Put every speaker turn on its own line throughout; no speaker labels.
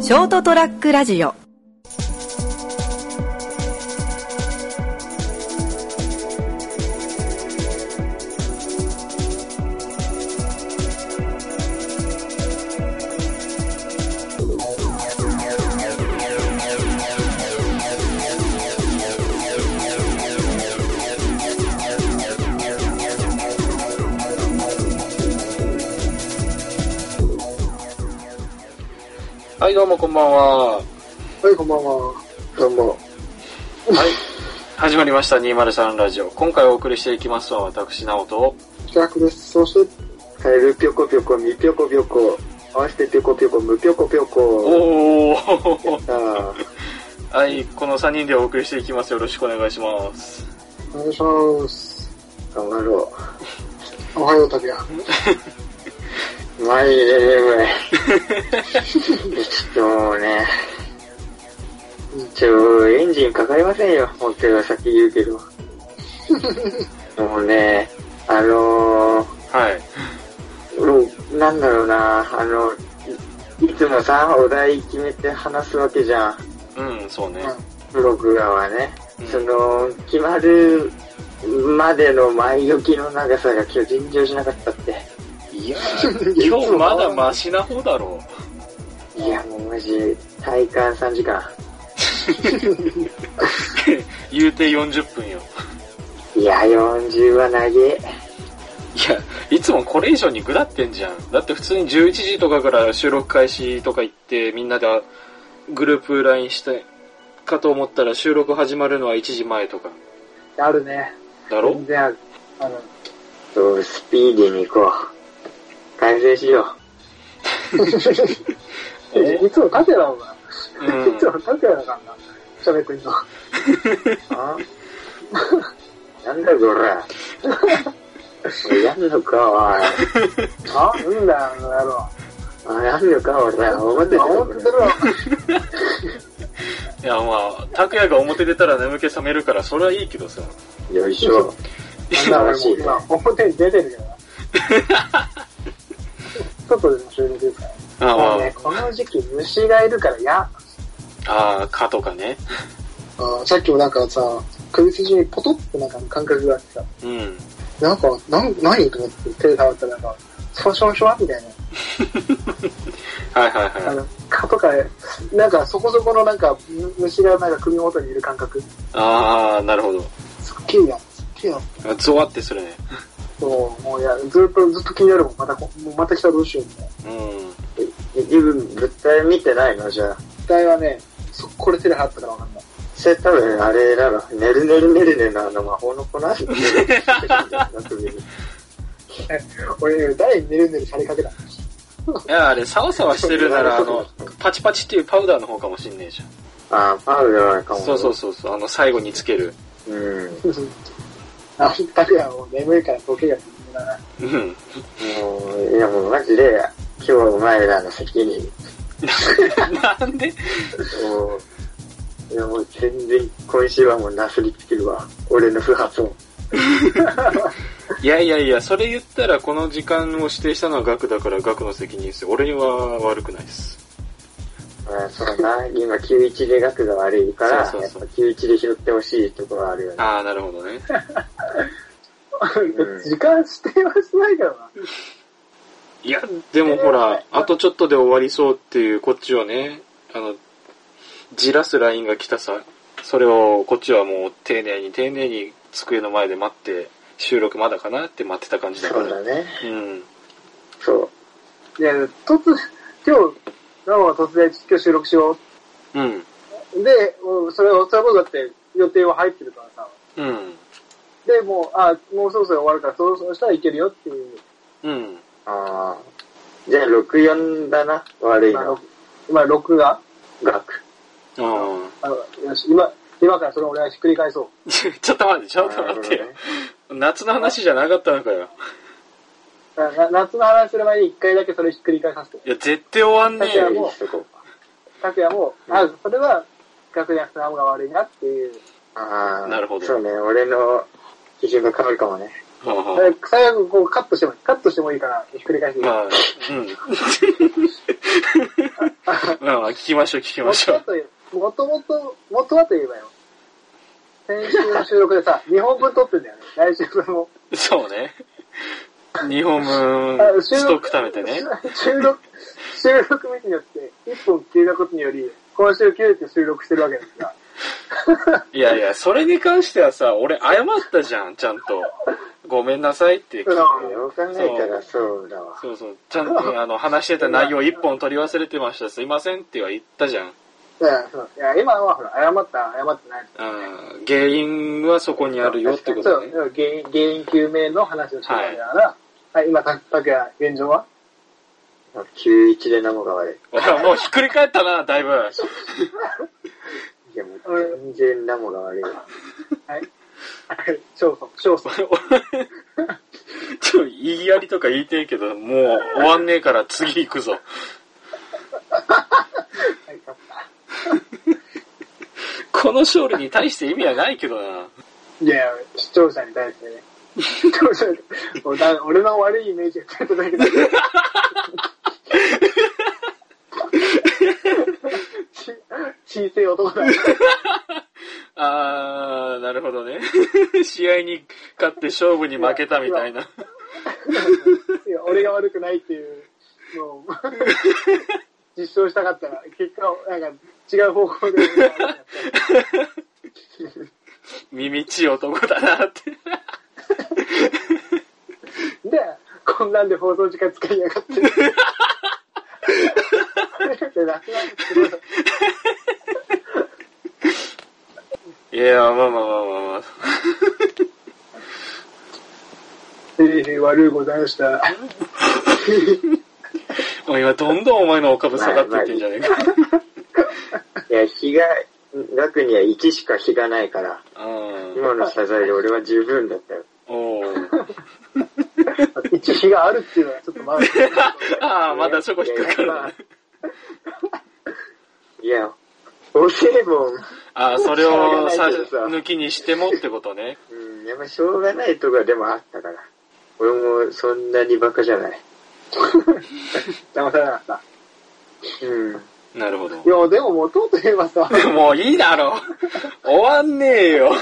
ショートトラックラジオ
はい、どうもこんばんは。はい、
はい、こんばんは。どうも。
始まりました203ラジオ。今回お送りしていきますのは私、直人。
企画です。そして、
カエルぴょこぴょこ、みぴょこぴょこ、合わせてぴょこぴょこ、むぴょこぴょこ。
おお
あ
はい、この3人でお送りしていきます。よろしくお願いします。
お願いします。
あ、頑張ろ
おはよう、たけや。
う。マジで眠い。ちょっともうね、ちょ、エンジンかかりませんよ。本当は先言うけど。もうね、あの
はい。
ー、なんだろうな、あの、いいつもさ、お題決めて話すわけじゃん。
うん、そうね。
僕らはね、
うん
その、決まるまでの前置きの長さが今日尋常じゃなかったって。
いや、 今日まだマシな方だろ
いや、もうマジ、体感3時間。
う。言うて40分よ。
いや、40は長え。
いや、いつもこれ以上にぐだってんじゃん。だって普通に11時とかから収録開始とか言って、みんなでグループ LINE して、かと思ったら収録始まるのは1時前とか。
あるね。
だろ
全然ある。あの、
そう、スピーディーに行こう。完成しよ
お
いつもたけやもんな。
うん
いつもたけやだからな。喋ってんの。
う。あ なんだこれ。 やんのか、おい。
あ、うんだよ、あの野郎。
あやんのか、俺。思ってた
思
よ
って
これ
るわ。
いやまあ、拓也が表出たら眠気覚めるから、それはいいけどさ。
よいしょ。
なんだ、俺もう今、表に出てるけどな。外でも収録ですから。
ああ、
もうね、この時期虫がいるから嫌。
ああ、かとかね。
あさっきもなんかさ、首筋にポトッとなんか感覚があってさ、
うん。
なんか、なん、何と思って手触ったらなんか、シュワシュワシュワみたいな。
はいはい
あ
はい。
の、蚊とか、なんかそこそこのなんか、む虫がなんか首元にいる感覚。
ああ、なるほど。
すっげえやん、すっげえやん。
ゾワってするね。
そう、もういや、ずっとずっと気になるもん。またこ、もうまた来たらどうしようみたいな。
うん。
自分、物体見てないのじゃあ。
期待はね、そこれ手で払ったからわかんない。
それ多分あれだろ、ねるねるねるねのあの魔法の粉
俺、誰に寝る寝るされかけた。
いや、あれ、サワサワしてるなら、あの、パチパチっていうパウダーの方かもしんねえじゃ
ああ、パウダーかも。
ん。そうそうそうそう、あの、最後につける。
う。うん。
あ、たくやもう眠いからボケが気にならない。
うん。
もう、いやもうマジで、今日はお前らの責任。
なんで
もう、いやもう全然、今週はもうなすりつけるわ。俺の不発音。
いやいやいや、それ言ったら、この時間を指定したのはガクだから、ガクの責任ですよ。俺には悪くないです。
ああ、そうな。今、91で額が悪いから、
そうそうそう
やっぱ91で拾ってほしいところはあるよね。
ああ、なるほどね。
うん
時間指定はしないからな。
いや、でもほら、あとちょっとで終わりそうっていう、こっちをね、あの、じらすラインが来たさ、それをこっちはもう丁寧に丁寧に机の前で待って、収録まだかなって待ってた感じだか
そう
ら。
だね。
うん。
そう。
いや、突、今日、ラモは突然、今日収録しよう
うん。
で、もうそれを、そういうことだって予定は入ってるからさ。
うん。
で、もう、あ、もうそろそろ終わるから、そろそろしたらいけるよっていう。
うん。
ああ。じゃあ、64だな。悪い
まあ
の
ろ。今、録画
額。
あ
あよし、今、今からそれを俺はひっくり返そう。
あ。ちょ ちょっと待って、ちょっ と待ってよ
なる。
夏の話じゃなかったのかよ。
なな夏の話する前に一回だけそれひっくり返させて。
いや、絶対終わんねえ
い
よ。
やもう
そこ
拓也も、
うん
あ、それは、学略の方が悪いなっていう。
あー
なるほど
そうね、俺の基準が変わるかもね。
はあはあ
最悪、こうカットしてもいい。カットしてもいいから、ひっくり返していい。
まあ、うん。うん、聞きましょう、聞きまし
元
ょ
は
う。
といえば、もともと、元はといえばよ。先週の収録でさ、2本 分撮ってんだよね。来週分も。
そうね。日本分
あ、
ストック貯めてね。。
収録、収録日によって、1本消えたことにより、今週急遽収録してるわけですから。
いやいや、それに関してはさ、俺謝ったじゃん、ちゃんと。ごめんなさいって聞いて。
よう考えたらそうだわ。
そうそう。ちゃんとあの話してた内容一本取り忘れてました。すいませんっては言ったじゃん。
いや、そういや今はほら、謝った、謝ってない。
あー原因はそこにあるよってことね。
そう、原因、原因究明の話をしてたんだから、はい、今、たくや、現状は
91でナモが悪
ほら、 もうひっくり返ったな、だいぶ。
い。いやもう全然ナモが悪いわ。
はい。 翔さん、翔さん。
ちょ、言いやりとか言いてんけど、もう終わんねえから次行くぞ。
はい、勝った。
この勝利に対して意味はないけどな。
いや、視聴者に対してね。視聴者に俺だ俺の悪いイメージがついただけだけど。ち小さい男だ。
あー、なるほどね。 試合に勝って勝負に負けたみたいな。
いや俺が悪くないっていうのを実証したかったら、結果を、なんか違う方向で。
耳ちい男だなって。
で、こんなんで放送時間使いやがって。で楽なんですけど
いや、まあまあまあまあまあ。
へいへい悪いございました。
もう今どんどんお前のお株下がっていってんじゃねえか。
いや、日が、額には1しか日がないから、
うん。
今の謝罪で俺は十分だったよ。
おお。
一応日があるっていうのはちょっとまだ。
ああ、まだそこ引っかかる
いやいやま
な
あ。いや、おせえもん。
ああ、それをさ
しょうがないけどさ
抜きにしてもってことね。
うん、やっぱしょうがないとかでもあったから。俺もそんなにバカじゃない。
騙されなかった。
うん。
なるほど
い。や、でも元といえばさ、
もういいだろ終わんねえよ。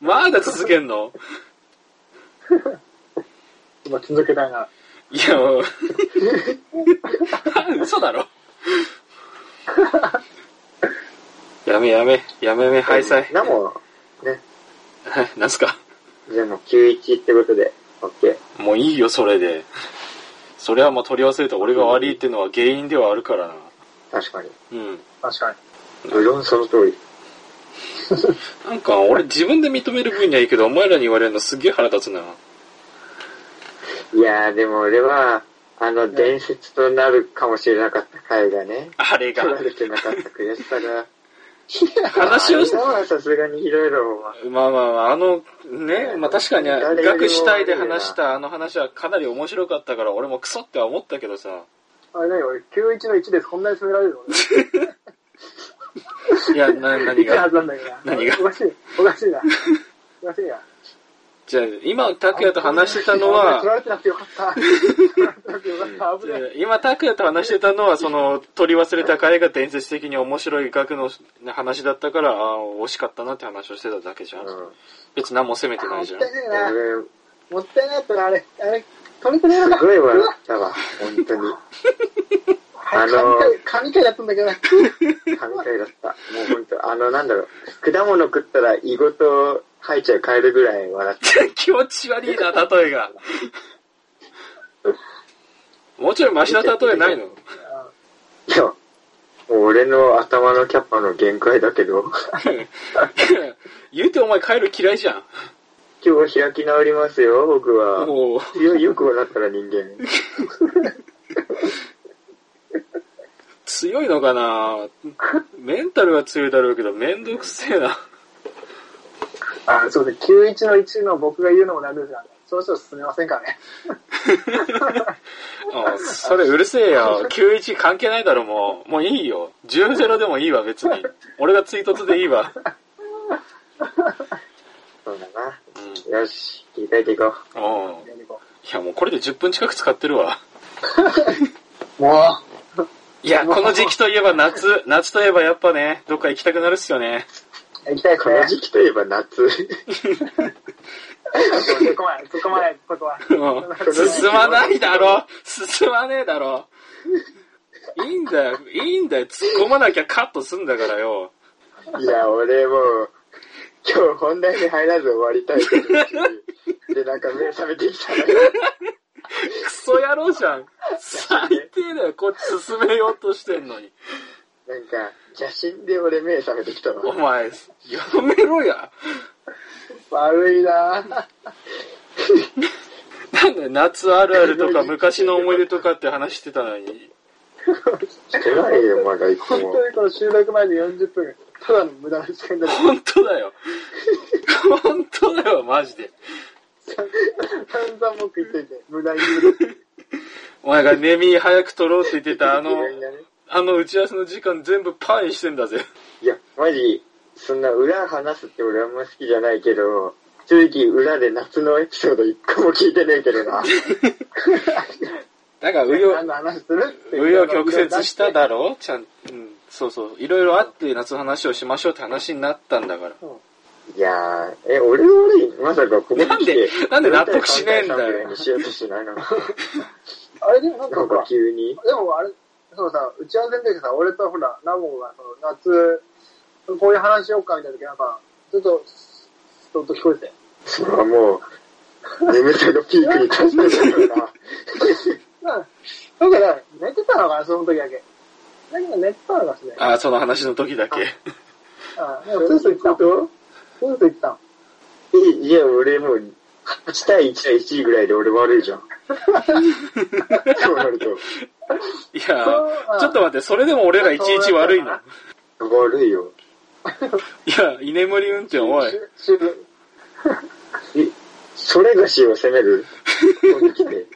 まだ続けんの
今続けたいな。
いや、 もう嘘だろ。やめやめ、やめめ、敗
さ
催
い。。なも、ね、
はい なんすか
じゃあもう91ってことで、オッケー。
もういいよ、それで。それはもう取り忘れた俺が悪いってのは原因ではあるからな。
確かに。
うん。
確かに。
無論その通り。
なんか俺自分で認める分にはいいけど、お前らに言われるのすげえ腹立つな。
いやーでも俺は、あの、伝説となるかもしれなかった回がね、
あれが
取。られてなかった悔しさが。
話をし
あれはさすがにひどいだろ、お前。
まあまあまあ、あの、ね、まあ確かに、
誰よりも
学主体で話したあの話はかなり面白かったから、俺もクソっては思ったけどさ。
あれ何俺、91の1でそんなに責められるの
いや、な、
俺。
何
いくは
が。
ずなんだけどな。
何が
おかしい。おかしいな。おかしいな。
じゃあ、今、拓也と話してたのは
取、られてなくてよかった。取られてなくてよかった。危ない。
今、拓也と話してたのは、その、取り忘れた回が伝説的に面白い額の話だったから、ああ、惜しかったなって話をしてただけじゃん。
うん。
別に何も責めてな
も
い
っ
じ
た
ゃ
い
ん。
ねえな。
俺、
もったいないったらあれ、あれ、取れてねえのか。
すごい笑ったわ、本当に。
は
あ
い、
の
神回、神回だったんだけどな。
神回だった。もう本当、あの、なんだろう、果物食ったら胃ごと吐いちゃうカエルぐらい笑っ
気持ち悪いな、例えが。もうちょいマシな例えないの
た。いや、もう俺の頭のキャパの限界だけど、
言うてお前カエル嫌いじゃん。
今日開き直りますよ、僕は。
もう、
いや、よく笑ったら人間。
強いのかなメンタルは強いだろうけど、めんどくせえな。
あ、そうです。91の1の僕が言うのもなんですが、ね、そろそろ進めませんかね。
うんそれうるせえよ。91関係ないだろ、もう。もういいよ。10-0でもいいわ、別に。俺が追突でいいわ。
そうだな。よし、切り替えていこう。
うん。うん。いや、もうこれで10分近く使ってるわ。
もう、
いや、この時期といえば夏、夏といえばやっぱね、どっか行きたくなるっすよね。
行きたいです
この
ね。
時期といえば夏。
突っ込まない、突っ込まないことは。
もう、進まないだろ進まねえだろいいんだよ、いいんだよ。突っ込まなきゃカットすんだからよ。
いや、俺もう、今日本題に入らず終わりたいけど、で、なんか目覚めてきたな。
クソ野郎じゃん。最低だよ、こっち進めようとしてんのに。
なんか、邪神で俺目覚めてきた
お
わ。
前、やめろや。
悪いなぁ。
なんで夏あるあるとか昔の思い出とかって話してたのに。
してないよ、まだ一個
本
も。
当にこの収録前の40分、ただの無駄な時間だった。
本当だよ。本当だよ、マジで。
散々文句言っといて、無駄に。
お前がネミ早く取ろうって言ってたあの、
嫌いなね
あの打ち合わせの時間全部パーにしてんだぜ。
いや、マジ、そんな裏話すって俺あんま好きじゃないけど、正直裏で夏のエピソード一個も聞いてねえけどな。
だから、うよ、
何の話するって。
うよ曲折した
っ
だろちゃん、うん、そうそう。いろいろあって夏の話をしましょうって話になったんだから。
いやー、え、俺俺、まさかここに
なん
来
で
て、
なんで納得しねえんだよ
俺たち三回三秒にしようとしないの。な
てあれでもなんか
ん
ほ、
から 急に。
でもあれ、そのさ、打ち合わせの時さ、俺とほら、ナモがその夏、こういう話しようかみたいな時なんか、ちょっと、スッと聞こえて。
それはもう、眠さのピークに達してるからな。
うん。そうか、だから寝てたのかな、その時だけ。だけど寝てたのかしね。
ああ、その話の時だけ。
あ、でもスースー言ってたの。スースー言ってたの。
え、いや、俺もう、8対1対1ぐらいで俺悪いじゃん。そうなると、
いや
そう
ー、ちょっと待って、それでも俺らいちいち悪いの。い
そうだ
悪いよ。
や、居眠り運転、おい。
しゅし
え、それがしを責める。ここに来て。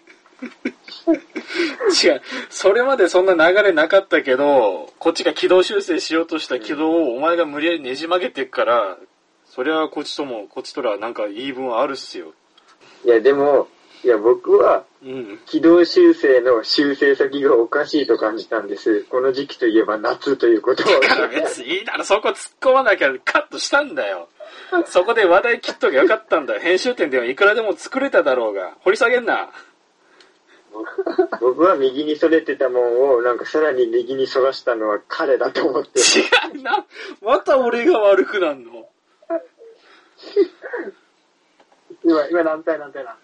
違う、それまでそんな流れなかったけど、こっちが軌道修正しようとした軌道をお前が無理やりねじ曲げてっから、そりゃこっちとも、こっちとらなんか言い分はあるっすよ。
いや、でも、いや、僕は、
うん。
軌道修正の修正先がおかしいと感じたんです。この時期といえば夏とい うことを。
だから別にいいだろ、そこ突っ込まなきゃカットしたんだよ。そこで話題切っときゃよかったんだよ。編集点ではいくらでも作れただろうが。掘り下げんな。
僕は右に逸れてたもんを、なんかさらに右に逸らしたのは彼だと思って。
違うな。また俺が悪くなんの。
今、今何対何対な。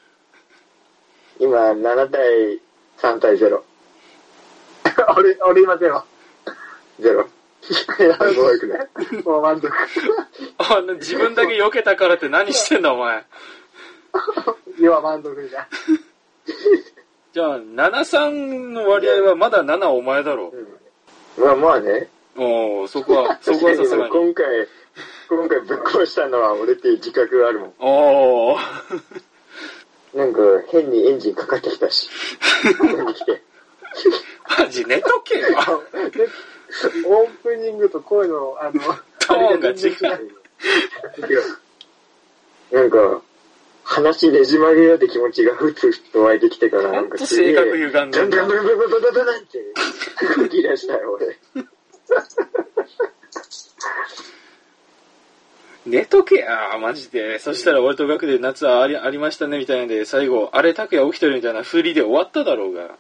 今、7対3対0。
俺、俺今ゼロ。
ゼロ。すごくない。
もう満足。
あの自分だけ避けたからって何してんだお前。
要は満足 じゃん。
じゃあ、7-3の割合はまだ7お前だろ。
まあまあね。
おおそこは、そこはさ すがに。
今回、今回ぶっ壊したのは俺っていう自覚があるもん。
おお
なんか変にエンジンかかってきたし。ここに来て。
マジ寝とけよ。
で、オープニングと声の、あの、
トーンが違う。
なんか、話ねじ曲げようって気持ちがふつふつと湧いてきてから、なんかすげえ、
ほんと性格歪んで
ど
ん
ん
な
どんどんどんどんどんどんって、動き出したよ、俺。
寝とけや、マジで。そしたら俺と学で夏はありありましたねみたいなんで、最後、あれ拓也起きてるみたいな振りで終わっただろうが。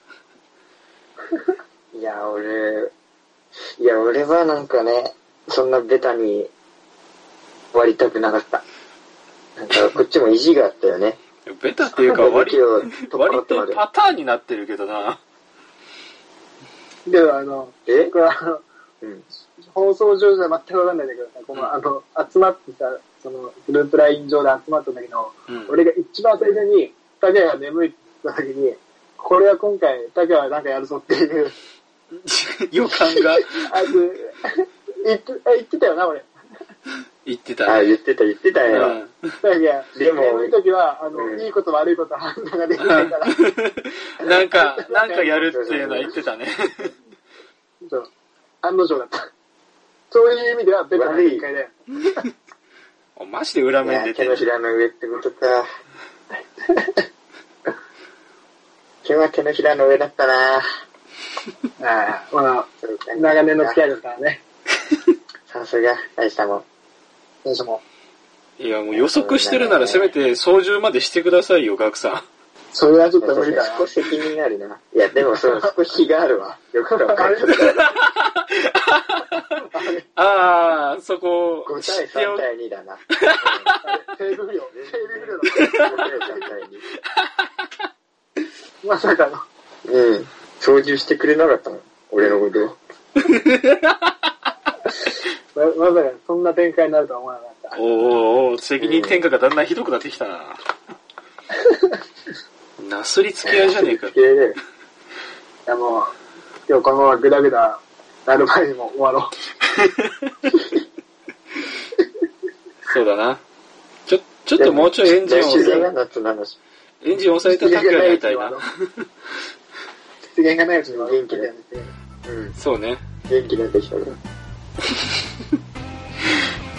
いや、俺、いや、俺はなんかね、そんなベタに終わりたくなかった。なんか、こっちも意地があったよね。
ベタっていうか割り、
動きを取っ払
割
ってま
と
で。
パターンになってるけどな。
でもあの、
え
僕はあの、
うん。
放送上じゃ全くわかんないんだけどさ、この、あの、集まってさ、その、グループライン上で集まったんだけど、
うん
俺が一番最初に、タケが眠いって言った時に、これは今回、タケはなんかやるぞっていう、
予感が
あいつ、言って、あ言ってたよな、俺。
言って
あ、
た。
言ってた、言ってた
う
よ。
ん
タケが、
でも
眠い時は、あの、
うん
いいこと悪いこと判断ができないから、
なんか、なんかやるっていうのは言って たね。
そう案の定だった。そういう意味では、ベタな展開で。
マジで裏
い
面
や
出
手
て
の
る。
ひらの上ってことか。 今日は手のひらの上だったなああ、
まあ、
そうか
長年の付き合いですからね。
さすが、大したもん。
どうしても。
いや、もう予測してるならせめて操縦までしてくださいよ、ガクさん。
それはちょっと無理だな
少。し責任あるな。いや、でも そう、少し気があるわ。よく考えたら、
あー、そこ、
5
知
対
って
3
お
対2だな。
セーブ不良。セーブ不良
5対3対
の。まさかの。
2。うん。 操縦してくれなかったもん。俺のことを。
ままさかそんな展開になるとは思わなかった。
おーおー、責任転嫁がだんだんひどくなってきた な。なすりつき合いじゃねえか
付。き合いだよ。
いやもう、今日このままグダグダなる前にも終わろ
そうだな。ちょ、ちょっともうちょいエンジンを
出現
抑
が夏なのし。
え、エンジンを
う。
抑えたタッグになりたいな。
出現がないうちには
元
元
気
気
だ
で
よ。うん。
そうね。
元気になってき たから。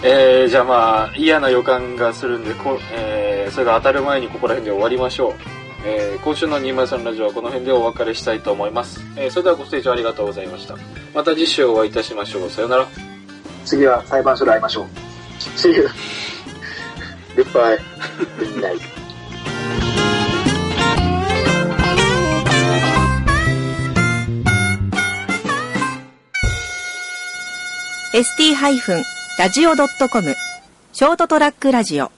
えー、じゃあまあ、嫌な予感がするんで、こえー、それが当たる前にここら辺で終わりましょう。えー、今週の203ラジオはこの辺でお別れしたいと思います。えー、それではご清聴ありがとうございました。また次週お会いいたしましょう。さよなら。
次は裁判所で会いましょう。
See you. Goodbye. Good night.
ST-radio.com ショートトラックラジオ